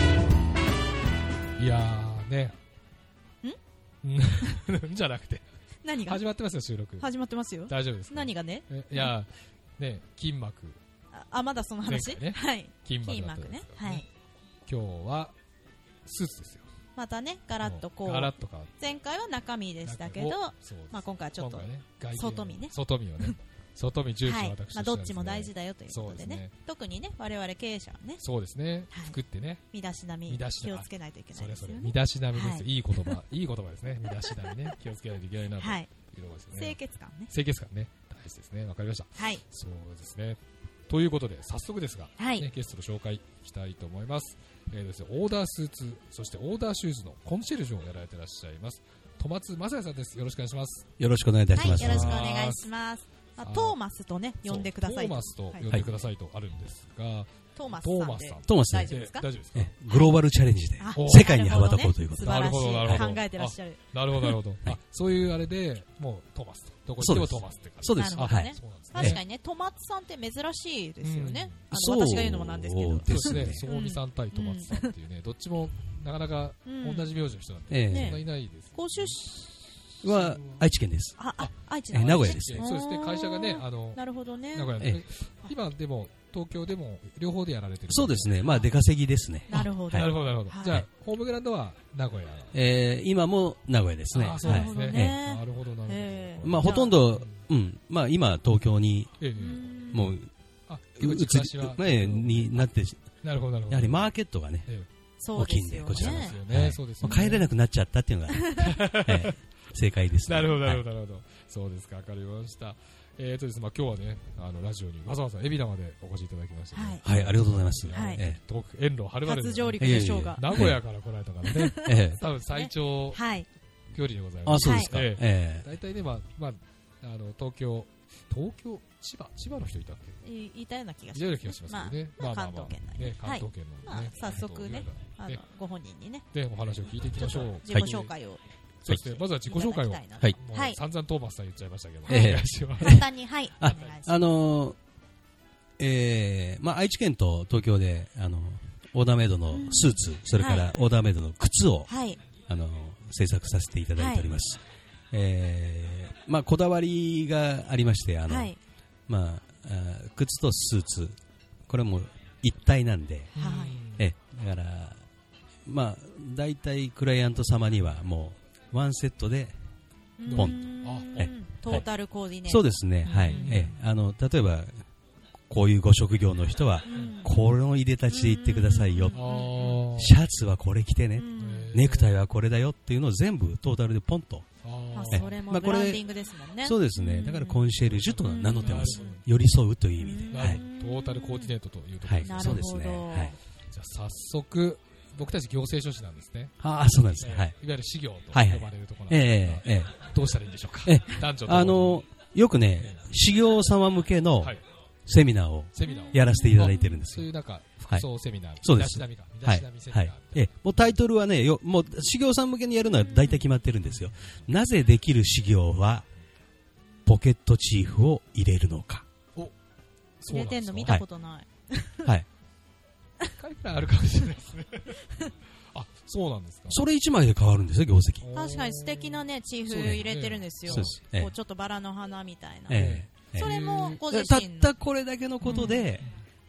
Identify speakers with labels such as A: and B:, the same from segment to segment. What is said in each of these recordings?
A: うん じゃなくて
B: 何が
A: 始まってますよ収録
B: 始まってますよ。
A: 大丈夫ですか
B: 何がね
A: えいやね筋膜
B: ああ、まだその
A: 前
B: 話、
A: 回ね
B: はい。
A: 筋膜
B: 筋
A: だった
B: 膜
A: んで
B: ね
A: すけ。ど
B: はい。
A: 今日はスーツですよ
B: またね、ガラッとこ
A: ガラ
B: う、
A: ッと変わって
B: 前回は中身でしたけど、
A: 中をそうです
B: まあ今回はちょっと
A: 今回ね外見
B: 外見ね
A: 外見を ね外見重視
B: は
A: を
B: い
A: 私として
B: まあ、
A: は
B: どっちも大
A: ですね
B: 事だよということでね
A: そうですね
B: 特にね我々経営者はね
A: そうですね
B: はい
A: 服ってね
B: 身だしなみ
A: 身だし
B: 気
A: なみ
B: をつけないといけな
A: そ
B: い
A: れ
B: で
A: そ
B: す
A: れ
B: よ
A: 身
B: ね
A: だしなみです
B: はい
A: いい言葉いい言葉ですね身だしなみね気をつけないといけないなと
B: はい
A: いうことですよ
B: 清
A: ね
B: 潔感ね
A: 清潔感ね大事ですねわかりました
B: はい
A: そうですねということで早速ですが
B: はい
A: ねゲストの紹介したいと思いますえーですねオーダースーツそしてオーダーシューズのコンシェルジュをやられてらっしゃいます戸松雅也さんですよろしくお願いします
C: よろしくお願いいた
B: は
C: し
B: いよろ
C: ま
B: し
C: す。
B: くお願いしますまあ
A: あー
B: トーマスとね呼んでください
A: トーマスと呼んでくださいとあるんですが、
B: トーマス
A: ト
B: さんで
A: ーマスさん
C: トーマス
B: 大
C: で
B: 丈夫ですか
A: え大丈夫ですか
C: えグローバルチャレンジで
B: あ
C: 世界に羽ばたこうということ
B: な
A: な
B: る
A: る
B: ほ
A: ほ
B: ど
A: どなる
B: ね素
A: ほ
B: 晴ら
A: ど
B: しい考えてらっしゃる
A: なるほどなるほど、あそういうあれでもうトーマスとどこ行ってもトーマスって感じ
C: そう
B: な
C: で
B: る
C: す
B: ほ
A: あ
B: ど
C: は
B: ね
C: い
A: そうなんですね
B: 確かにねトマツさんって珍しいですよねあの
C: そう
B: 私が言うのもなんですけど
A: そう
C: で
A: です
C: すね
A: ね、そうみさん対戸松さんっていうね、どっちもなかなか
B: うん
A: 同じ名字の人なんて、
C: ええ
A: そんないないです、
B: ご出身
C: は愛知県です。
B: ああ愛知
C: え
B: の
C: 名古屋です
A: え
C: ね
A: え。そうですね、会社がね、あの
B: なるほどね
A: 名古屋の、
C: ええ
A: 今でも東京でも両方でやられてる、
C: そうですね。まあ出稼ぎですね。
B: なるほど
A: なるほど、なるほど、
B: はい
A: じゃあ、ホームグラウンドは名古屋、
C: えー今も名古屋ですね。
A: あ
C: は
A: そうです
C: い。
A: ね、
B: はいええ
A: なるほど、なるほど、
B: ええ
C: まあほとんど、うん。まあ今東京に
A: ええ
B: うーん
C: もう
A: あ
C: 移
A: 移
C: り
A: り
C: 前になって、
A: なるほど、なるほど、
C: やはりマーケットがね、
A: え
B: そうですよ
C: 大きいんでこちら
A: え
C: で
B: ね
A: そうですよ
C: ええ
A: ね、そうですよね、
C: 帰れなくなっちゃったっていうのがええ正解ですね。
A: なるほど、なる
C: はい
A: ほど、なるほど。そうですか、わかりました。えーとですね、まあ今日はね、あの、ラジオにわざわざ海老名までお越しいただきましてね、
B: はい
C: はい、ありがとうございます。
B: はい
C: え
A: 遠く、遠路はるばる。
B: 初上陸でしょうが。
A: 名古屋から来られたから ね、
C: えええ
A: 多分最長
B: はい。
A: 距離でございま
C: あ、
A: す。
C: そうですか。
A: はい
C: ええ
A: 大体ね、まあ、まあ、あの、東京、東京、千葉、千葉の人いたっけ
B: い言いたような気が
A: い
B: し
A: ろいろ
B: ます。
A: 気がしますけどね。
B: まあ
A: まあ
B: 関東圏内で
A: ね、関東圏なんでね。
B: まあ早速ねあの
A: え
B: ご本人にね、
A: で、お話を聞いていきましょう。
B: 自己紹介を
A: そして、まずは自己紹介を。
B: い
A: も
B: ただきたいなと
C: はい。
A: う
B: はい
A: 散々トーマスさん言っちゃいましたけど、お
C: ええ
A: 願いします。
B: 簡単に、はい。お願
C: あ
B: いしま
C: あのーえーまあ、愛知県と東京で、あのオーダーメイドのスーツ、それか
B: は
C: らオーダーメイドの靴を、
B: す。はい。
C: あの制作させていただいております、えーまあ、こだわりがありましてあの、
B: はい。
C: まあ、あー靴とスーツこれはもう一体なんで、
B: は
C: えだから、まあ、大体クライアント様にはもうワンセットでポン
A: とあ
B: と。トータルコーディネート。
C: そうですね、はい
B: うん
C: ええあの例えばこういうご職業の人は
B: うん。
C: この入れたちで行ってくださいよ
B: う、ん
A: あー
C: シャツはこれ着て
B: う
C: ね、
B: ん
C: ネクタイはこれだよっていうのを全部トータルでポンと、
A: あー
B: あそれ
C: ま
B: も
C: あ
B: ブ
C: こ
B: ラ
C: れ
B: ンディングですもんね。
C: そうですね、だからコンシェルジュと名乗ってます
A: うん、
C: 寄り添うという意味で、
A: な
C: は
A: る
C: い、
A: トータルコーディネートというところ
C: はい
A: です、
B: なるほど
C: そうですね、はい、
A: じゃあ早速僕たち行政書士なんですね、
C: ああ、そうなんです
A: え
C: ね、
A: ー
C: はいい、、
A: わゆる私業と呼ば
C: はいはい
A: れるところなんですが
C: ええええ
A: どうしたらいいんでしょうか、
C: ええ
A: 男女ともに
C: あのよくね、修行様向けの
A: はい
C: セミナーを
A: セミナーを
C: やらせていただいてるんです
A: そう
C: よ。
A: いうなんか服装セミナー、
C: そう
A: 身
C: で
A: だ
C: す
A: しなみか身だ
C: は
A: し
C: い
A: なみセミナ
C: は
A: ーみ
C: い
A: たいな、
C: ええもうタイトルはねよ、もう修行さん向けにやるのは大体決まってるんですよ、なぜできる修行は、ポケットチーフを入れるの か、
A: そう
B: 入
A: な
B: れ
A: ん
B: て
A: で
B: ん
A: す
B: の
A: か
B: 見たことない。
C: はい、
A: 一回くらいあるかもしれないですねあそうなんですか
C: それ一枚で変わるんですよ、業績。
B: 確かに素敵なね、チーフ入れてるんですよ。
C: そうですええ
B: こうちょっとバラの花みたいな。
C: ええ
B: そ
C: え
B: れもご
C: え
B: 自
C: たっ
B: 身の。
C: たこれだけのことで、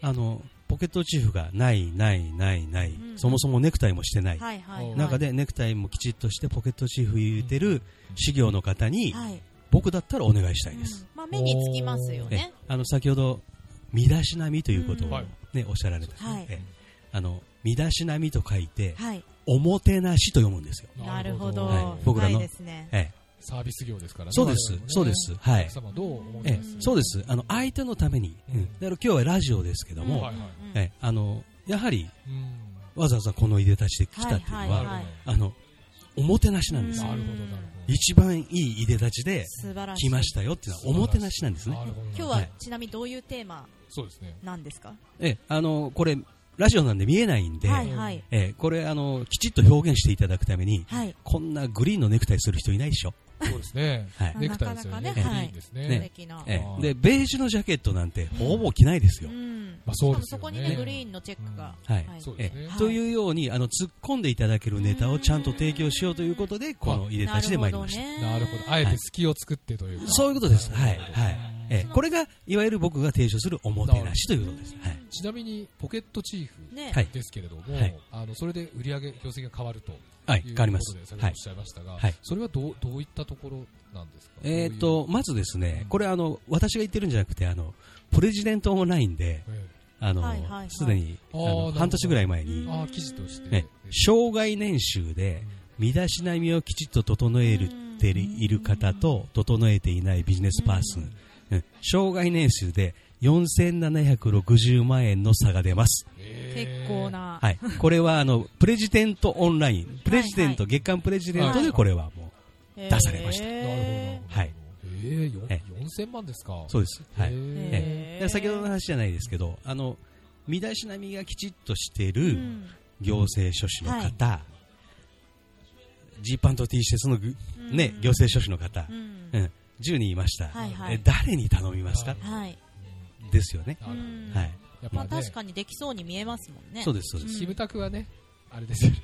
C: あのポケットチーフがない、ない、ない、ない、
B: うん
C: そもそもネクタイもしてない、
B: はいはいはい。
C: 中でネクタイもきちっとしてポケットチーフ入れてる修行の方に、
B: はい。
C: 僕だったらお願いしたいです。
B: まあ目につきますよ
C: え
B: ね。
C: あの先ほど身だしなみということを、
A: うんは
C: ね
A: い
C: おっしゃられた、
B: はい
C: えあの身だしなみと書いて、
B: はい。
C: おもてなしと読むんですよ、
B: なるほど。
C: は
B: 深い
C: い僕らの
B: ですね。
C: ええ
A: サービス業ですからね
C: そうです
A: 我々もね
C: そうですはい
A: お客様どう思うん
C: ええ
A: です
C: そうですあの相手のために、うんだから今日はラジオですけども、
A: うんはいはい
B: うん
C: ええあのやはり
A: うん
C: わざわざこのいでたちで来たっていうのは、
B: はい
A: なる
C: あのおもてなしなんですよ、
A: ほどなるほどなるほど
C: 一番いいいでたちで
B: 素晴らしい。
C: 来ましたよっていうのはおもてなしなんですね
A: なるほど
B: 今日
C: は
B: はいちなみにどういうテーマ
A: そうですね
B: なんですか
C: ええあのこれラジオなんで見えないんで、
B: はいはい。
C: ええこれあのきちっと表現していただくために
B: はい。
C: こんなグリーンのネクタイする人いないでしょ
A: そうですね。
C: はい
A: ネクタイですよね。
B: な
A: グ
B: か
A: リ
B: なかね
A: ーンですね。
B: 素
C: ね
B: 敵な。
C: え
A: あー
C: えでベージュのジャケットなんてほぼ着ないですよ、
B: うん
A: まあそうです
B: しか
A: よね
B: もそこにね、グリーンのチェックが。
C: うんはい
A: そうで
C: え
A: す
C: え
A: ね
B: はい
C: というようにあの突っ込んでいただけるネタをちゃんと提供しようということでこの入れたちで参りました、
A: なるほど。あえて隙を作ってというか。
C: そういうことですはい
A: なるほど
C: はい、ええこれがいわゆる僕が提唱するおもてなしということです、はい、
A: ちなみに、ポケットチーフ
B: ね。
C: はい
A: ですけれども
C: はい、
A: あの、それで売り上げ、業績が変わるという
C: はい、変わりま
A: こ
C: す
A: とで先ほど
C: は
A: おっ
C: い
A: しゃいましたが
C: はい、
A: それはどう、どういったところなんですか
C: えー、とまずですね
A: うん
C: これあの私が言ってるんじゃなくてあのプレジデントオンラインで
A: どういうえ
C: あの
B: はいはいはい
C: すでにあ
A: あーなるほ
C: の
A: ど
C: 半年ぐらい前
A: え
C: に、
A: あー、記事として。
C: ね、障害年収で身だしなみをきちっと整えている方と整えていないビジネスパーソン、うん障害年収で4760万円の差が出ます、
B: 結構。な。
C: はい、これはあのプレジデントオンラインプレジデント、
B: は
C: 月間プレジデントでこれはもう、
B: 出
C: 出されました
A: えーなるほどなるほど。
C: はい
A: ええ、よ
C: え
A: 4000万ですか。
C: そうです、は
A: へ
C: いえ
A: え
C: えで先ほどの話じゃないですけどあの身だしなみがきちっとしている行政書士の方ジー、パンと T シャツのぐ、ね行政書士の方、うん
B: は
C: 10人いました、
B: はいはい。
C: え誰に頼みますか、
A: はい
C: ですよね、
A: なるほど
B: うん
C: はい
A: やっ
B: まあ
A: ぱね
B: 確、かにできそうに見えますもんね。
C: そうですそうです、
A: キムタクはね、あれですよね。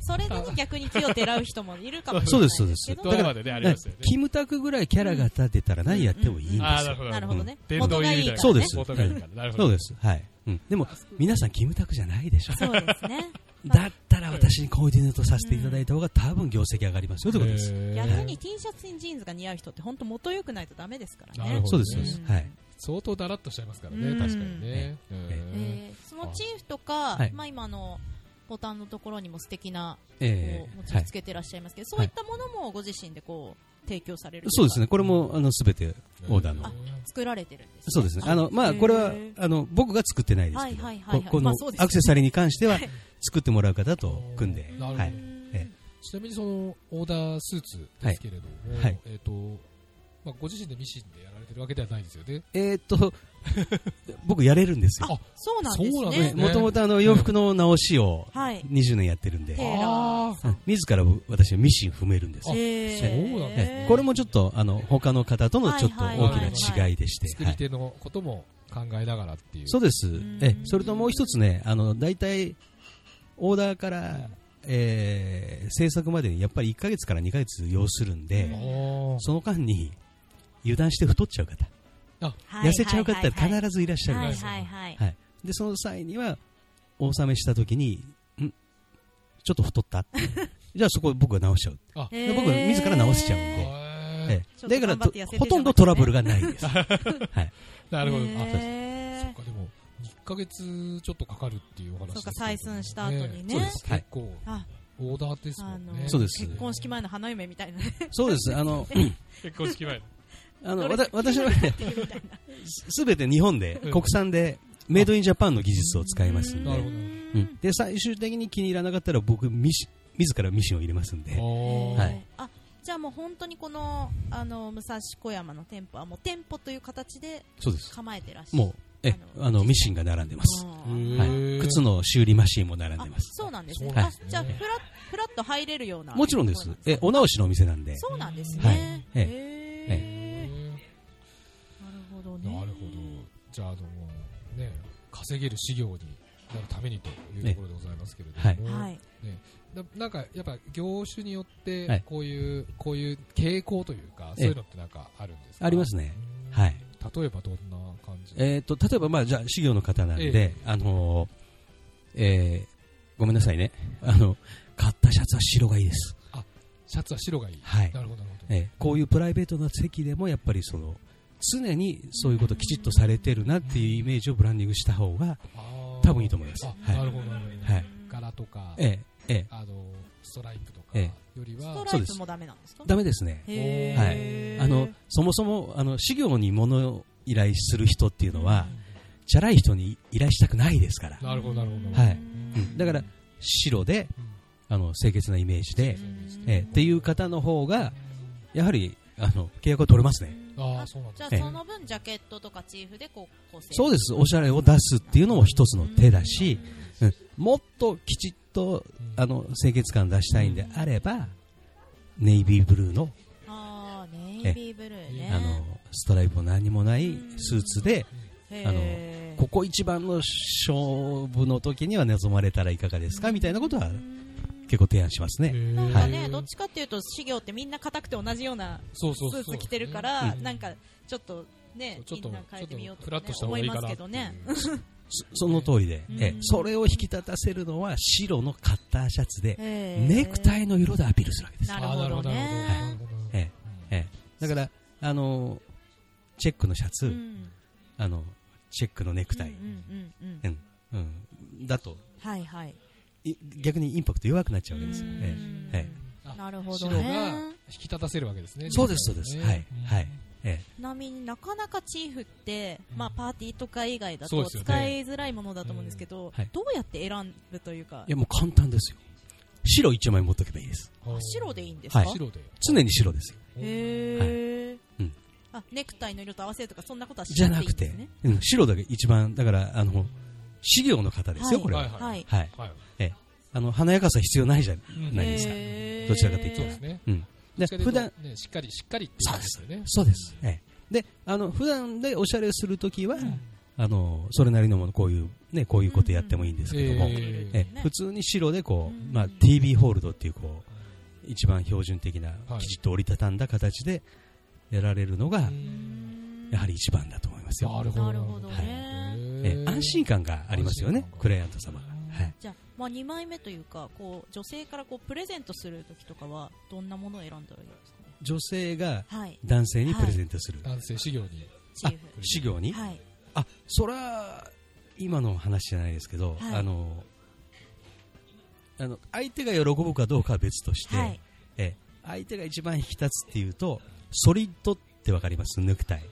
B: それでね逆に気をてらう人もいるかもし
C: そ
B: れな
C: うで
B: い
C: すそうです
B: けど
C: だから
A: でね、あ
C: だからキムタクぐらいキャラが立てたら何やってもいいんですよ、
A: ああ、なるほど。
B: なるほどね。
A: 殿
B: 元
A: 堂
B: が
A: 入
B: い
A: り
B: い
A: みた
B: か
A: いな。
B: らね。
C: そうです
A: 元がいいからなるほ
C: そ
A: ど
C: うですはい、うん、でも皆さんキムタクじゃないでしょ
B: そうですね。
C: だったら私にコーディネートさせていただいた方が多分業績上がりますよということです、
A: へえ
B: 逆に T シャツにジーンズが似合う人って本当元良くないとダメですから
A: なる
B: ね
A: ほ。ど
C: そうですそうです、
B: うん
C: はい
A: 相当だらっとしちゃいますから
B: う
A: ね、
B: ん
A: 確かにね。うん
B: えーそのチーフとか
C: はい、
B: まあ今のボタンのところにも素敵な
C: え
B: こう
C: え
B: モチー
C: は
B: フ
C: い
B: つ、けてらっしゃいますけど、そう
C: はい
B: いったものもご自身でこう提供される
C: そうです
B: ね
C: ねこれもあの全てオーダーの
A: あ
B: 作られてるんです、ね、
C: そうですね。あの、まあ、これは、あの、僕が作ってないですけど、
B: はいはいはいはい
C: ここ
B: ま
C: の
B: あそうですよね
C: アクセサリーに関しては、作ってもらう方と組んで、
A: なるほど
C: はい。え
A: ちなみにそのオーダースーツですけれども、
C: はい
A: えっと、まあご自身でミシンでやられてるわけではないんですよね。
C: えーっと、 僕やれるんですよ。
B: そうなんです
A: そうなんで
B: ね
A: すね
C: もともとあの、洋服の直しを
B: はい
C: 20年やってるんで、
B: テーラー
C: うん自ら私はミシン踏めるんですよ。
B: えー
A: そうなんだ
C: ええこれもちょっと、あの、他の方とのちょっと
B: はい
A: はいはい
C: 大きな違いでして、
A: 作
C: は
A: り
C: い
A: 手のことも考えながらっていう。
C: そうです
B: ん。
C: ええ、それともう一つね、あの、大体、オーダーから、えー制作までにやっぱり1ヶ月から2ヶ月要するんで、
B: うん
A: あ
C: その間に油断して太っちゃう方、
B: はい
C: 痩せちゃう方って
B: はい
C: 必ずいらっしゃるん
B: はい
C: ですよ、
B: はいはい
C: はいでその際には、お納めした時に、んちょっと太 ったっていうじゃあそこ僕が直しちゃう。
B: えー
C: 僕は自ら直しちゃうん
A: あ。
C: で
A: へえ
C: え
B: ちょ
C: え
B: っと
C: だから
B: 頑張っ
C: と
B: て痩せて
C: ほとんどトラブルがないです。
A: なるほど。あ
B: へ
A: そ
B: ー
A: っか、でも、1ヶ月ちょっとかかるっていうお話
B: そうか
A: ですけれども
B: 採寸した後にね
A: そうです。
C: はい
A: 結構、
B: あ
A: オーダーですも
B: あ
A: ん
B: の
A: ね。
C: そうです
B: 結婚式前の花嫁みたいなね
C: そうです。あの、
A: 結婚式前。
C: あ
B: ど
C: の
B: れ
C: わた私はね、すべて日本で
A: うん、
C: 国産で、メイドインジャパンの技術を使いますん
A: なるほ
C: で、
A: ど
C: うんで、最終的に気に入らなかったら僕、ミシ自らミシンを入れますん
A: あ
C: で、は
A: ー
C: い
B: あじゃあもう本当にこのあの武蔵小山の店舗はもう店舗という形で
C: そうです。
B: 構えてらっしゃる
C: もう、え、あの、ミシンが並んでます。
B: あ
A: へ
B: ー
A: ー
C: はい、靴の修理マシーンも並ん
B: あ
C: でます。
B: そうなんですね
A: そうなん
B: あ
A: ですね
B: じゃあフラフラッと入れるような
C: もちろんで
B: と
C: す
B: こ。
C: え、お直しのお店なんで。
B: ろなんですそうなんです
C: はい
B: ね
C: ええ
B: へ
A: な
B: ーなるほどね
A: るほど。じゃあ、あの、ね、稼げる事業になるためにというところでございますけれども、
B: はい
A: ななんかやっぱ業種によっ
C: は
A: て
C: い、
A: こういう、こういう傾向というか、
C: ええ
A: そういうのってなんかあるんですか
C: ありますね。はい。
A: うん例えばどんな感じ
C: えっ、と、例えば、まあ、じゃあ、修行の方なんで、
A: え
C: あのーえーごめんなさいね。あの、買ったシャツは白がいいです。
A: シャツは白がいい。
C: はい。
A: なるほど、なるほど。
C: えーこういうプライベートな席でも、やっぱりその、常にそういうことをきちっとされてるなっていうイメージをブランディングした方が、
A: あー
C: 多分いいと思います
A: あ
C: はい
A: なるほど、なるほど。
C: はい。
A: 柄とか、
C: えーえ
A: あの、ストライプとかよ
C: え
A: り
B: スト
A: は、
B: ライプもダメなんですか
C: ーダメですね。
B: へー
C: あの、そもそも、あの、修行に物を依頼する人っていうのは、チャラい人に依頼したくないですから。
A: なるほど、なるほど。
C: は
A: う
C: い
A: ん
C: うんだから、白で
A: うん、
C: あの、清潔なイメージで
B: う、ん
C: えーっていう方の方が、やはり、あの、契約は取れますね。
A: ああ、そうなんだ
B: じゃあ
C: ええ
B: その分ジャケットとかチーフでこう構成
C: そうです。おしゃれを出すっていうのも一つの手だし、うんもっときちっと、あの、清潔感出したいんであれば、ネイビーブルーの
B: ネイビーブルーね。
C: あのストライプも何もないスーツで
B: へー
C: あのここ一番の勝負の時には望まれたらいかがですかみたいなことは結構提案しますね、
B: なん
C: は
B: か
C: い
B: ね、どっちかっていうと、修行ってみんな硬くて同じような
A: そうそう
B: ス
A: そう
B: ーツ着てるから、
C: うん
B: なんかちょっとね、
A: ちょっと
B: みんな変えてみよう
A: フ
B: とか、
A: ラッ
B: ね
A: とし、た方
B: 思
A: がい
B: い
A: い
B: ま
A: か
B: す
A: な
B: け
A: ってい
B: ど
A: う
B: ね。
C: そその通りで、
B: うん
C: えそれを引き立たせるのは白のカッターシャツでネ
B: ネ
C: クタイの色でアピールするわけです、
B: なるほ
A: あ
B: どね。
A: ーなるほどなるほど
C: えええだからあのチェックのシャツ、
B: うん
C: あのチェックのネクタイ、
B: うんうんうんう
C: うんんだと
B: はいはい。
C: い逆にインパクト弱くなっちゃうわけですよ、
B: うん
C: えええ
A: あ
B: なるほど
A: 白が
B: ね。
A: 引き立たせるわけですね。
C: そうですそうです
A: ね
C: はいはいえ
B: ちなみになかなかチーフって、
A: うん
B: まあ、パーティーとか以外だ
A: そう
B: と
A: ですよね
B: 使いづらいものだと思うんですけど、
C: んはい
B: どうやって選ぶというか
C: えいやもう簡単ですよ白1枚持っとけばいいです
A: ほう
B: 白でいいんですか、
C: はい
A: 白で。
C: 常に白ですよ
B: へー
C: はいうん
B: あネクタイの色と合わせるとかそんなことはし
C: じゃ
B: な
C: な
B: くていい
C: く
B: んで
C: て
B: すね
C: うん、白だけ一番だからあの資料の方です
B: は
C: よ、
B: い
C: これは、
A: はい
B: はい
C: はい
A: はい。
C: あの華やかさ必要ないじゃないですか、
B: へー
C: どちらかというと
A: そうですね。
C: うん、
A: ど
C: で
A: っちかというと
C: 普段
A: ねしっかりしっかりって言いますよね。
C: そうです、ええであの普段でおしゃれするときは、あのそれなりのものこういうねこういうことやってもいいんですけども、
A: うんうんええ
C: え
B: ね
C: 普通に白でこう、
B: うん
C: まあ、TB ホールドっていうこう一番標準的な
A: はい
C: きちっと折りたたんだ形でやられるのが
B: うん
C: やはり一番だと思いますよ、
A: なるほど。
B: なるほどね、
C: ええ安心感がありますよ
A: 安
C: ね
A: 心感が
C: クライアント様が、はい、
B: じゃあ、まあ、2枚目というかこう女性からこうプレゼントするときとかはどんなものを選んだらいいですかね
C: 女性が
B: はい
C: 男性にプレゼントする、
A: 男性修行に。
B: チーフ
C: 修行に、
B: はい
C: あそら今の話じゃないですけど、
B: はい
C: あのあの相手が喜ぶかどうかは別として、
B: はい
C: え相手が一番引き立つっていうとソリッドってわかりますネクタイ、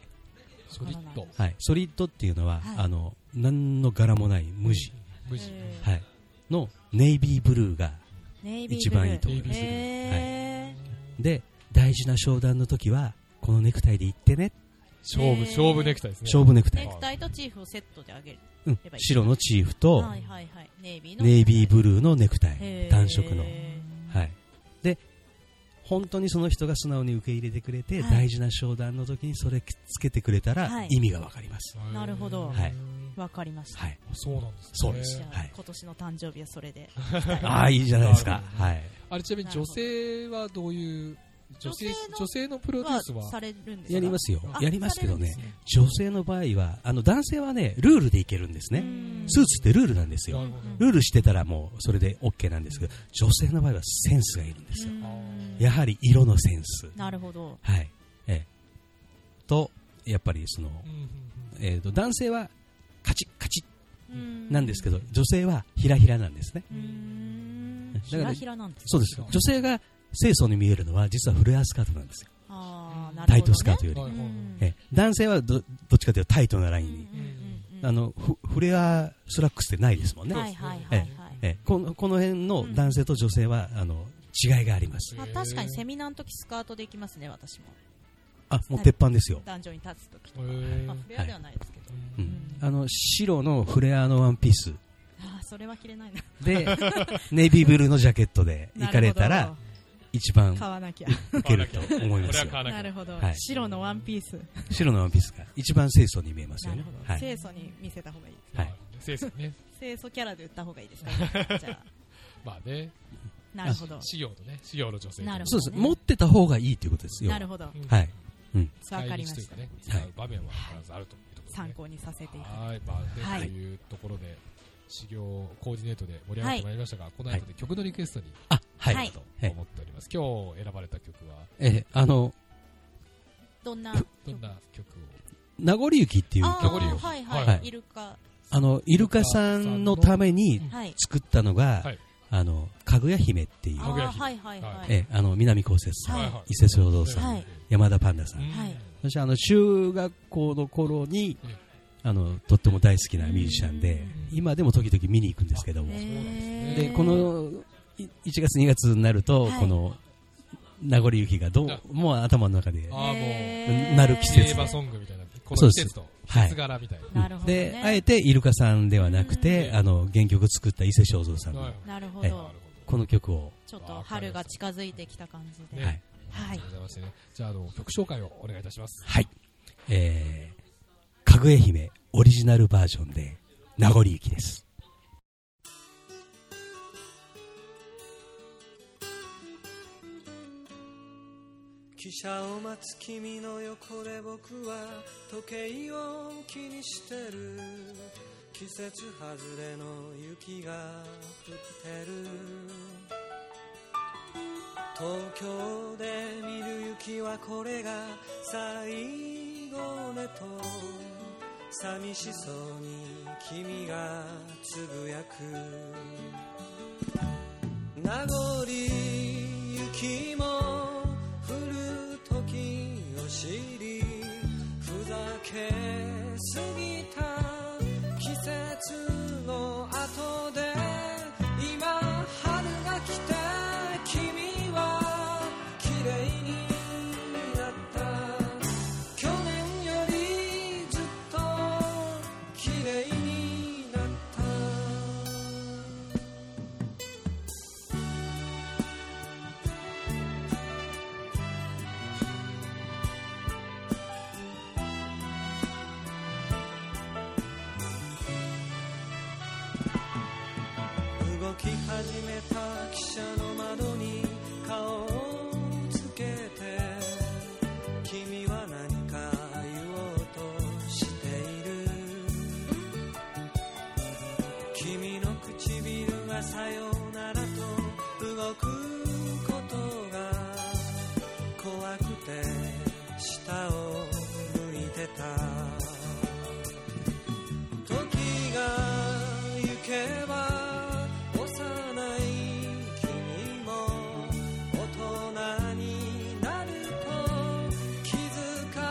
A: ソリッド。
C: はい、ソリッドっていうのは、
B: はい
C: あの何の柄もない無地、
A: 無事。
B: えー
C: はい、のネイビーブルーが
B: ネイビー
C: 一
B: ブルー
C: 番いいと思います、
A: ネイビー
B: へ
C: で大事な商談の時はこのネクタイで行ってね、
A: 勝負勝負ネクタイですね。
C: 勝負ネク
B: ー
C: タイ
B: ネ、クタイとチーフをセットであげる
C: うん
B: やっぱ、り
C: 白のチーフと、
B: はいはいはいネイビーの
C: ネイビーブルーのネクタ
B: へ
C: イ
B: ー
C: 単色のはい、で本当にその人が素直に受け入れてくれて、
B: はい
C: 大事な商談の時にそれつけてくれたら、
B: はい
C: 意味がわかります、
A: へー
B: なるほど
C: はい。
B: わかりました、
C: はい、
A: あそうなんですね。
C: そうです
B: じゃあ、
C: はい
B: 今年の誕生日はそれで
C: ああいいじゃな いです
A: な
C: か
A: る、ほど
C: はい、
A: あれちなみに女性はどういう女性
B: 女性の
A: 女性のプロデュースは
B: されるんですか
C: やりますよ
A: あ
C: やりますけど
B: される
C: ね
B: んですね
C: 女性の場合はあの男性はねルールでいけるんですね、
B: うん
C: スーツってルールなんです
A: な
C: よ
A: るほど
C: ルールしてたらもうそれで OK なんですけど女性の場合はセンスがいるんですよ、
B: うん
C: やはり色のセンス
B: なるほど
C: はいええとやっぱりその、
A: うんうん
C: えー、と男性はカチッカチッ
B: な
C: なんですけど、女性はヒラヒラなんですね。
B: うん
C: だ
B: ひ
C: から
B: らひらなんです
C: そうですよ。女性が清楚に見えるのは、実はフレアスカートなんですよ。
B: あーなるほどね
C: タイトスカートよ
A: うん
C: り。
A: はいはい
B: うん
C: え男性はどどっちかというとタイトなラインに。
B: うんうんうん
C: あのフフレアスラックスってないですもんね。
B: はいはいはいはい
C: えこのこの辺の男性と女性は、あの違いがあります。
B: まあ、確かにセミナーの時スカートで行きますね、私も
C: あもう鉄板ですよ。
B: 壇上に立つ時と
A: へ
B: か、
A: ー
B: まあ、フレアではないですけど、
A: う
C: う
A: ん
C: ん、あの白のフレアのワンピース
B: あーそれは着れないな、
C: でネイビーブルーのジャケットで 行かれ
B: な
C: た
B: る
C: ら
B: ほ
C: 一番
B: ど買わなきゃ、
C: 受けると思いま
A: これ
C: す
A: は
C: よ
A: 買。わなきゃ
B: なるほど、
C: はい
B: 白のワンピース、
C: 白のワンピースが一番清楚に見えますよ
B: なる
C: ね
B: ほど。、
C: はい。
B: 清楚に見せた方がいい、
C: はい。
A: 清楚ね。
B: 清楚キャラで売った方がいいですか ね、じゃあ、
A: まあね、
B: なるほど、
A: 修行のね、修行の女性。
B: なる
C: そうです。
B: なるほどね
C: 持ってた方がいいということですよ。
B: なるほど、わ
A: うん
C: はい。うん。
A: 使い
B: かりま
A: 道とい
B: し
A: う
B: た
A: か、ね、使
C: はいう
A: 場面は必ずあるというところで
B: 参考にさせていただきます。
A: はい、まあね、
B: はい
A: というところで、修行コーディネートで盛り上がってまいりましたが、この後で曲のリクエストに
C: あ、はい。
B: はい
A: と
C: え
A: 思っております。今日選ばれた曲は、
C: えーあの、
B: どんな
A: どんな曲を
C: 名残雪っていう
B: あ
A: 名残
C: 曲。
B: ー
A: よ
B: はいはい、
A: はい
B: イルカ
C: あの、イルカさんのために
B: はい
C: 作ったのが、
A: はい
C: あの、かぐや姫っていう
B: あ、
A: かぐ
B: ー
A: や姫
B: はいはいは
A: はい
C: えーあの、南こうせつさん、
B: はい
C: 伊勢正道さん、
B: はい
C: 山田パンダさん。
A: うん
B: はい
C: そしてあの、中学校の頃に
A: うん、
C: あの、とっても大好きなミュージシャンで、
A: うん
C: 今でも時々見に行くんですけども。
A: ね
C: で
B: へー
C: このい1月2月になると、
B: はい
C: この名残雪がどうもう頭の中で、
A: あーもう
B: へー
C: なる季節
A: 競馬ソングみたいな、こ
C: そう
A: の
C: で
A: 季
C: す
A: 節と、
C: はい
A: 季節柄みたいな。
B: なるほどね
C: であえてイルカさんではなくて、
A: うん
C: あの原曲作った伊勢正三さんの
A: はい
B: なるほ
C: え
B: ど
A: なるほ
C: この曲を、
B: ちょっと春が近づいてきた感じで、
A: ね
C: はい
A: あ
B: はい
A: りがとうございましたね。じゃあ、あの、曲紹介をお願いいたします。
C: はい。えー、かぐえ姫オリジナルバージョンで、名残雪です。
D: 汽車を待つ君の横で僕は時計を気にしてる季節外れの雪が降ってる東京で見る雪はこれが最後ねと寂しそうに君がつぶやく名残雪も降る時を知りふざけすぎた季節の後で今春が来て君は綺麗になった去年よりずっと綺麗になった動き始めた汽車の窓に顔をつけて君は何か言おうとしている君の唇がさようならと動くことが怖くて下を向いてた時が行けば幼い君も大人になると気づか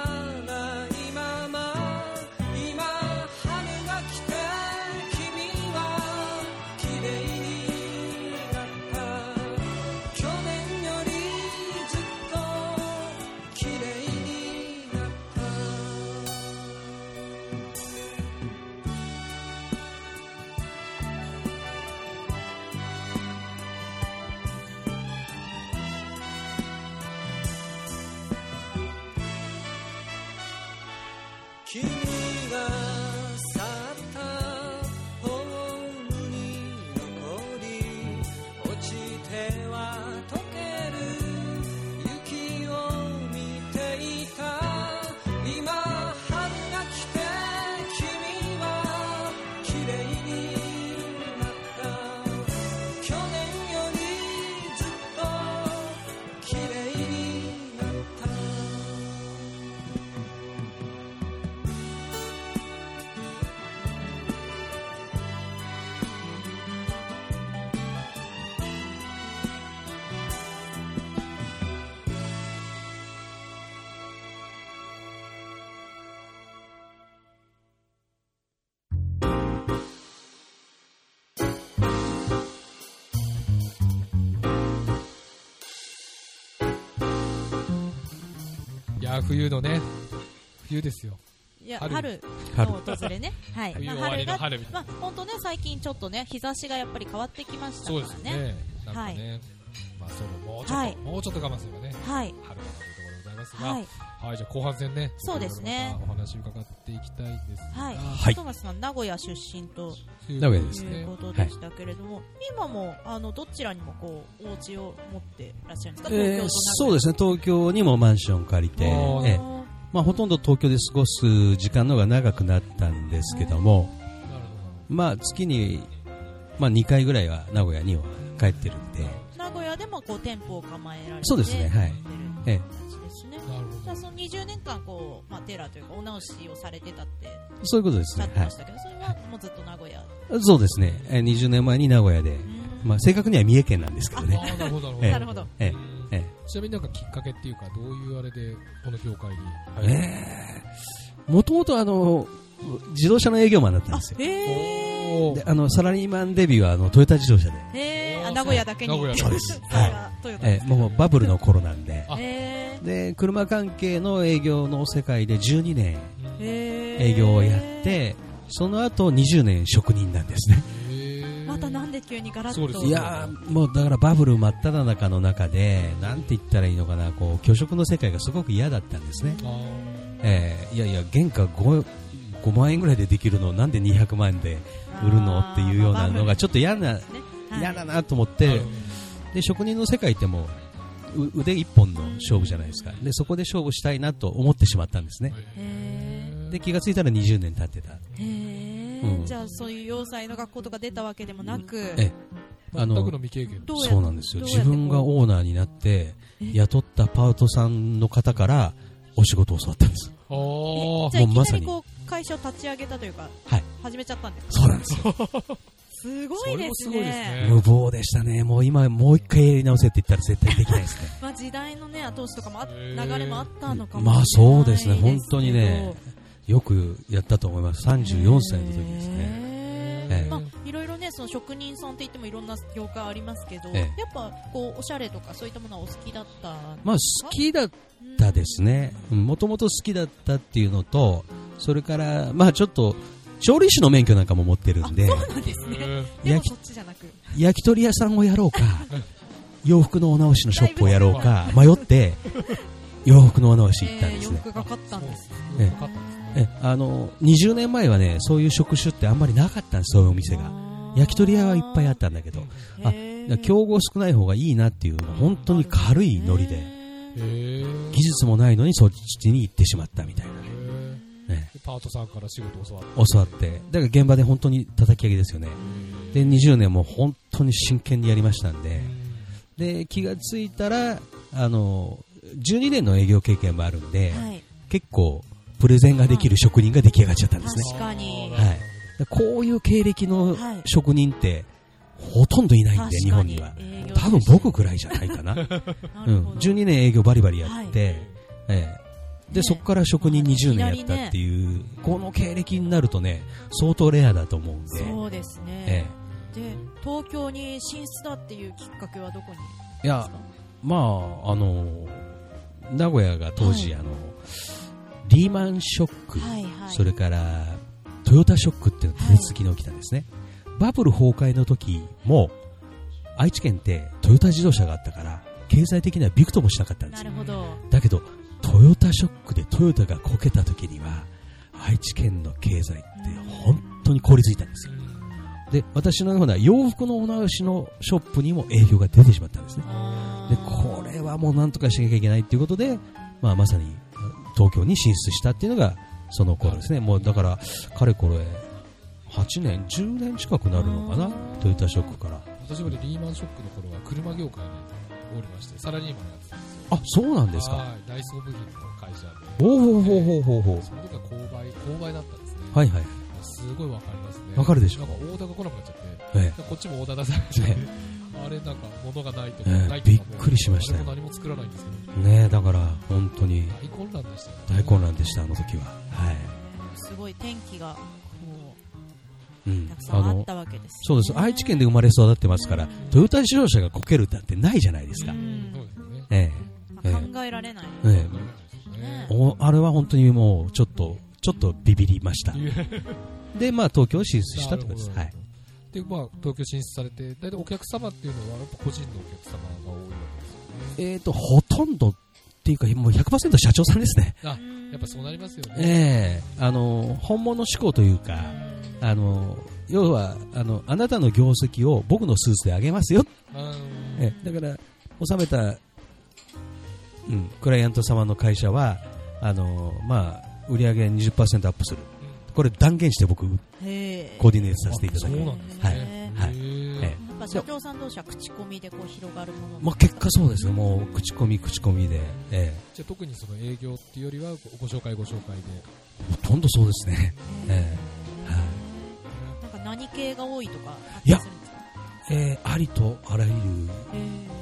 D: ないまま今春が来て君は綺麗になった去年よりずっと綺麗になった君が去ったホームに残り落ちては溶ける雪を見ていた今春が来て君は綺麗になった去年よりずっと綺麗になった
A: いやー、冬のね、冬ですよ。
B: いや
A: 春
B: 春の訪れね、はい
A: 冬終
B: まあ
A: わりの
B: が
A: 春みたいな
B: まあ、本当ね、最近ちょっとね、日差しがやっぱり変わってきましたか
A: そう
B: ら
A: で
B: ね、
A: すね。なんかね、まあ、その、もうちょっと、
B: はい
A: もうちょっと我慢すればね、
B: は
A: 春かなという
B: い、
A: ところでございますが、は、
B: はいい、
A: じゃあ後半戦ね、
B: そうです
A: い
B: ね
A: ろいろまたお話伺っていきたいんですが、
B: はい
C: はい
B: トーマスさん、名古屋出身と
A: という
C: 名古
B: い
C: 屋で
A: こと
C: す
B: うことでしたけれども、今もあのどちらにもこうお家を持ってらっしゃるんですか、東京
C: えー
B: と
C: そうですすね、東京にもマンション借りて、え
A: あー
C: えまあ、ほとんど東京で過ごす時間の方が長くなったんですけども、
A: なるほ
C: まあ、月に、まあ、2回ぐらいは名古屋には帰ってるんで、
B: 名古屋でもこう店舗を構えられて
C: そうですねはい
B: やってる
C: え
B: 形ですね。
A: ど。なるほ
B: じゃあその20年間こう、まあ、テラーというかお直しをされてたって
C: そういうことで
B: おっ
C: す
B: しゃっ
C: ね
B: て、
C: は
B: ましたけど、それはもうずっと名古屋、
C: い、そうですね、えー20年前に名古屋で、
B: うん
C: まあ、正確には三重県なんですけど
A: ど。
C: ね、
A: あーなるほど、なるほど。
C: ええ
B: なるほど
C: ええええ
A: ちなみになんかきっかけっていうか、どういうあれで、この業界に入る
C: ええもともとあの自動車の営業マンだったん
B: あ
C: ですよ。
B: え
A: お
C: で
A: ー
C: あのサラリーマンデビューはあのトヨタ自動車で、
B: ー、えー、あ名古屋だけに
A: 名古屋
C: そ うです
B: さすがトヨタ
C: え
B: です
C: えもうバブルの頃なんで
A: あ
B: えー
C: で車関係の営業の世界で12年
B: えー
C: 営業をやって、その後20年職人なんですね
A: へー
B: またなんで急にガラッと
A: そうです
C: いやーもうだからバブル真っ只中の中で、なんて言ったらいいのかな、こう虚飾の世界がすごく嫌だったんですね、
A: あー
C: えーいやいや、原価 5, 5万円ぐらいでできるのをなんで200万円で売るのっていうようなのがちょっと嫌な嫌だなと思って、で職人の世界ってもうう腕一本の勝負じゃないですかでそこで勝負したいなと思ってしまったんですね
B: へ
C: で気がついたら20年経ってた
B: え、
C: うん
B: じゃあそういう洋裁の学校とか出たわけでもなく、
C: えあの
A: 全くの未経験
B: どうやって
C: そうなんですよ
B: どうやっ
C: 自
B: て
C: 分がオーナーになって
B: え
C: 雇ったパートさんの方からお仕事を教わったんです
A: あ
B: え
A: ー
B: じゃあい
C: もう
B: き
C: ま
B: な
C: さ
B: り
C: に
B: こう会社を立ち上げたというか、
C: はい
B: 始めちゃったんですか
C: そうなんですよ
B: すご
A: そ
B: い
A: れ
B: で
A: も
B: す
A: すごいです
B: ね、
A: ね
C: 無謀でしたねもう今もう一回やり直せって言ったら絶対できな いですね
B: まあ、時代の、ね、後押しとかもあ
A: へー
B: 流れもあったのかも
C: まあ
B: しれない
C: そうですね本当にね
B: です
C: よくやったと思います
B: けど
C: 34歳の時ですね
B: へ
C: ええ
B: ーまあ、いろいろねその職人さんって言ってもいろんな業界ありますけど、
C: ええ
B: やっぱこうおしゃれとかそういったものはお好きだった、
C: まあ好きだったですね、もともと好きだったっていうのと、それから、まあちょっと、調理師の免許なんかも持ってるんで、
B: そうなんですね
A: え
B: でも
C: 焼き
B: そっちじゃなく
C: 焼き鳥屋さんをやろうか、洋服のお直しのショップをやろうか、迷って、洋服のお直し行ったん
B: え
C: で
B: ー
C: す
B: 洋
C: ね。
B: 服がかったんです
C: ええ
A: かった
C: えあの20年前はねそういう職種ってあんまりなかったんですそういうお店が焼き鳥屋はいっぱいあったんだけど
B: た
C: あ競合少ない方がいいなっていう本当に軽いノリで
A: へー
C: 技術もないのにそっちに行ってしまったみたいな
A: へー
C: ね
A: でパートさんから仕事を教わって
C: 教わって、だから現場で本当に叩き上げですよね。で、20年も本当に真剣にやりましたんで、で、気がついたら、あの、12年の営業経験もあるんで、
B: はい、
C: 結構、プレゼンができる職人が出来上がっちゃったんですね。
B: 確かに
A: あー
C: はい。でこういう経歴の
B: はい
C: 職人って、ほとんどいないんで、
B: 確
C: 日
B: か
C: 本
B: に
C: には。
B: 営業です
C: 多分僕くらいじゃな いかな。
B: な
C: う
B: る
C: ん
B: ほ。ど
C: 12年営業バリバリやって、
B: は
C: ええで、
B: ね
C: そこから職人
B: まあ
C: 20
B: い
C: 年
B: き
C: やっ
B: なりね
C: たっていう、この経歴になるとね、相当レアだと思うんで、
B: そうですね、
C: え
B: で東京に進出だっていうきっかけはどこに
C: えいや、まあ、あの、名古屋が当時、
B: は
C: あの、リーマンショック、
B: はいはい
C: それから、トヨタショックっていうのが続きに起きたんですね。バブル崩壊の時も、愛知県ってトヨタ自動車があったから、経済的にはびくともしなかったんですよ
B: なるほど
C: だけどトヨタショックでトヨタがこけた時には愛知県の経済って本当に凍りついたんですよで私のような洋服のお直しのショップにも影響が出てしまったんですねでこれはもうなんとかしなきゃいけないっていうことで、まあ、まさに東京に進出したっていうのがその頃ですねもうだからかれこれ8年10年近くなるのかなトヨタショックから
A: 私までリーマンショックの頃は車業界におりましてサラリーマンやってたんですよ
C: あそうなんですか
A: はいダイソー部品の会社で
C: おおほうほうほうほうほう
A: その時は購買購買だったんですね
C: はいはい
A: すごいわかりますね
C: わかるでしょ
A: なんかオーダーが来なくなっちゃって
C: え
A: こっちもオーダー出され
C: え
A: て、
C: ね
A: あれなんか物がないとか、
C: ええ
A: ないとかも
C: びっくりしましたよ
A: 誰も何も作らないんですけど、
C: ねえだから本当に
A: 大混乱でしたよね。
C: 大混乱でしたあの時ははい、
B: すごい天気がこ
C: うん
B: うたくさ
C: あ
B: んあっ
C: の
B: たわけです
C: そうです愛知県で生まれ育ってますからトヨタ自動車がこけるなんてないじゃないですか、
B: うん
A: そうですよね。
C: え
B: まあ考えられない、
C: ええ
A: わからないですよ
C: え
A: ね
C: おあれは本当にもうちょっとちょっとビビりましたでまあ東京を進出したってことです、は
A: なる
C: い
A: ほ、どで、まあ、東京進出されて、大体お客様っていうのは、やっぱ個人のお客様が多いわけですよね。
C: えっ、とほとんどっていうかもう100%社長さんですね
A: あ、やっぱそうなりますよね。
C: ええあの本物志向というかあの要はあのあなたの業績を僕のスーツであげますよ
A: うん
C: えだから、納めた、うん、クライアント様の会社はあの、まあ、売り上げ20%アップする、これ断言して僕、
B: え
C: コーディネートさせていただ
A: そう
C: く、
A: なんですね。
C: はいはい
A: へえ
C: え
B: やっぱ社長さん同士は口コミでこう広がるもの
C: まあ、結果、そうですよ、もう口コミ、口コミで、ええ
A: じゃあ特にその営業っていうよりはごご紹介ご紹介で
C: ほとんどそうですね、ええはい
B: なんか何系が多いとかあったり
C: いや
B: するんですか
C: えーありとあらゆる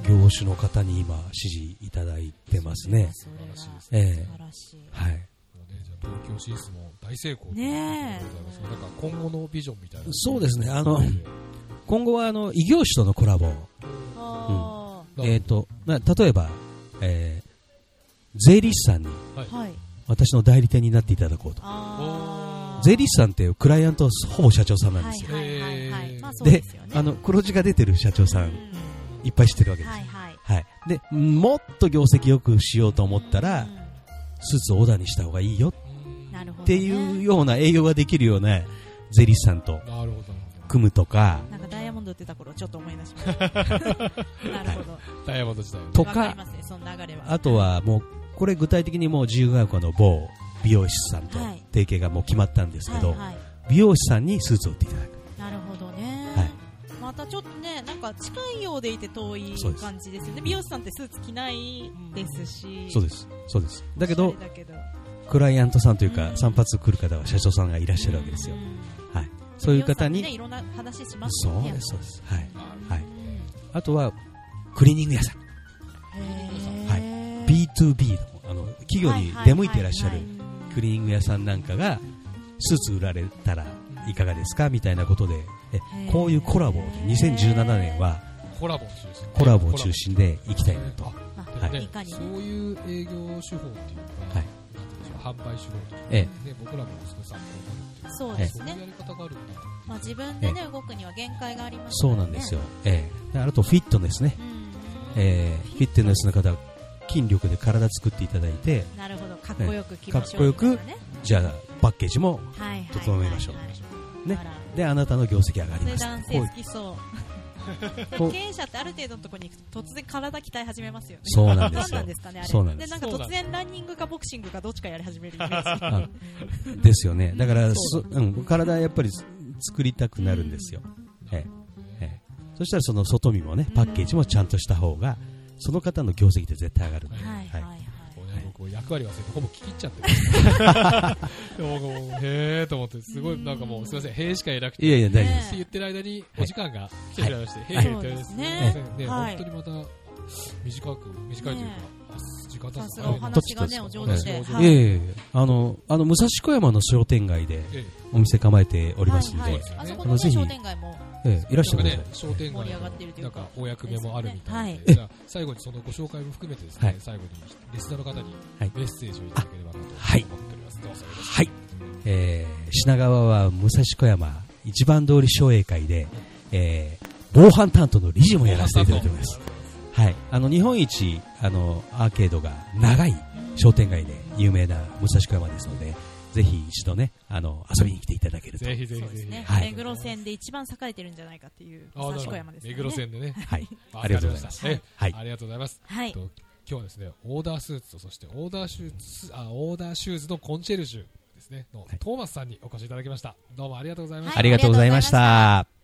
B: え
C: 業種の方に今、支持いただいてますね。
B: それは素
C: ええ
B: 晴らしい、
C: はい
A: もうねじゃあ東京進出も大成功
B: ねえ
A: ということでございますなんか今後のビジョンみたいな
C: そうですねあの今後はあの異業種とのコラボ
B: あ
C: えーとまあ、例えば、えー税理士さんに
B: ーはい
C: 私の代理店になっていただこうと
B: あー
C: 税理士さんってクライアントはほぼ社長さんなんですよ、
B: はいはいはいはい、
A: えー
B: ままあそうですよね
C: あの黒字が出てる社長さん
B: う
C: いっぱい知ってるわけ
B: ん
C: です、
B: はいはい
C: はい、でもっと業績よくしようと思ったら、スーツをオーダーにした方がいいよ
B: うんなるほどね
C: っていうような営業ができるような税理士さんと
A: なるほどなるほ
C: 組むとか
B: なんかダイヤモンド売ってた頃ちょっと思い出しました なるほど
A: どダイヤモンド時代
C: と
B: わかり
C: か
B: ますねその流れは
C: あとはもうこれ具体的にもう自由が丘の某美容師さんと
B: はい
C: 提携がもう決まったんですけど、
B: はいはい
C: 美容師さんにスーツを売っていただく
B: なるほどね、
C: はい
B: またちょっとねなんか近いようでいて遠い
C: そうです
B: 感じですよね美容師さんってスーツ着ないですし
C: そう
B: で
C: ですそうですだけど
B: だけど
C: クライアントさんというか
B: うん
C: 散髪来る方は社長さんがいらっしゃるわけですよ
B: うん
C: はいそういう方に
B: 美容師さんってねいろんな話します
C: そ
B: よ
C: う
B: ね
C: ですそうですはいはい
B: うん
C: あとはクリーニング屋さん
B: へー
C: はい B2B のあの企業に出向いていらっしゃる
B: はいはいはいはい
C: クリーニング屋さんなんかがスーツ売られたらいかがですかみたいなことでえ
B: ー
C: こういうコラボを2017年は
A: コラボを中心
C: コラボを中心でいきたいなと
A: あ
B: ま
A: で
B: あ
A: もね
B: いかに
A: そう
B: ね
A: いう営業手法っていうか、
C: はい
A: なんていうんでしょう販売手法とか、
C: え
A: ね、僕らもすごい参考になるっていうか
B: そうです
A: そういう
B: ね
A: やり方があるんだ
B: まあ自分でね動くには限界がありますから
C: そう
B: ね
C: なんですよ、ええであとフィットネスね、
B: うん
C: ええフィットネスの方は筋力で体作っていただいて
B: なるほどかっこよく着
C: か
B: ま
C: っ
B: しょ
C: こ
B: う
C: よ
B: み
C: く
B: たいなね
C: じゃあパッケージも
B: はいはいはいはい
C: 整えましょうね
B: あら
C: であなたの業績上がり
B: それ
C: ます
B: 男性
C: こう
B: 好きそう
C: こ う
B: 経営者ってある程度のところに行くと突然体鍛え始めますよね
C: そうなんですよ
B: 何なんですかねあれ
C: そうなんです
B: なんか突然ランニングかボクシングかどっちかやり始めるイメージ
C: あ ですよねだからそ、うん、体やっぱり作りたくなるんですよ、ええええそしたらその外見もねパッケージもちゃんとした方がその方の業績って絶対上がるんで、
B: はいはいはい
A: こうね僕役割忘れてほぼ聞き入っちゃってるで も僕もへえと思ってすごいなんかもうすいませんへえしか言えなくて
C: いやいや大丈夫
B: ね
C: で
B: え
C: す、
A: って言ってる間にお時間が来てしまいまして、
B: はい
A: へえって言って
B: そうですね
A: ね
B: はい
A: 本当にまた短く短いというか、
B: ね
A: あ時間経
B: さ
A: つ
B: す
A: の
B: が
A: 早
B: お
A: いな
B: 話がねお上手
A: え
B: で
A: え
B: はい
C: えいえいえあのあの武蔵小山の商店街で
A: ええ
C: お店構えておりますんで、
B: はいはい
A: すんで
B: あそこのね
C: ぜひ
B: 商店街も
C: ええいらっし
A: な
C: ゃ
A: ん
C: る
A: か
C: んで
A: ね、商店
B: 盛り
A: 街
B: 上がっているとい
A: のな
B: うか
A: んか公約目もあるみたい
B: で
A: で、じゃあ最後にそのご紹介も含めてです
C: は
A: ね
C: い、
A: 最後にリスナーの方に
C: はい
A: メッセージをいただければなと思
C: はい
A: っております。どうぞよろしく
C: はい、えー品川は武蔵小山一番通り商栄会で、えー防犯担当の理事もやらせていただいております。はい、あの日本一あのアーケードが長い商店街で有名な武蔵小山ですので、ぜひ一度ねあの遊びに来ていただけると。
A: ぜひぜ
B: そ
A: ひ
B: うです
A: ぜひ
B: ね。
C: はい
B: 目黒線で一番栄えてるんじゃないかっていう
A: あなるほ
B: 武
A: ど
B: 蔵小山ですからね
A: 目黒線でね。
C: はい、
A: わ
C: ありがとうございます。
A: かりま
C: は
A: した
C: い
A: ええありがとうございます。
B: はい
A: と今日はですね、オーダースーツとそしてオーダーシューズ、あオーダーシューズのコンシェルジュですね、の
C: はい
A: トーマスさんにお越しいただきました。どうもありがとうございました。
C: ありがとうございました。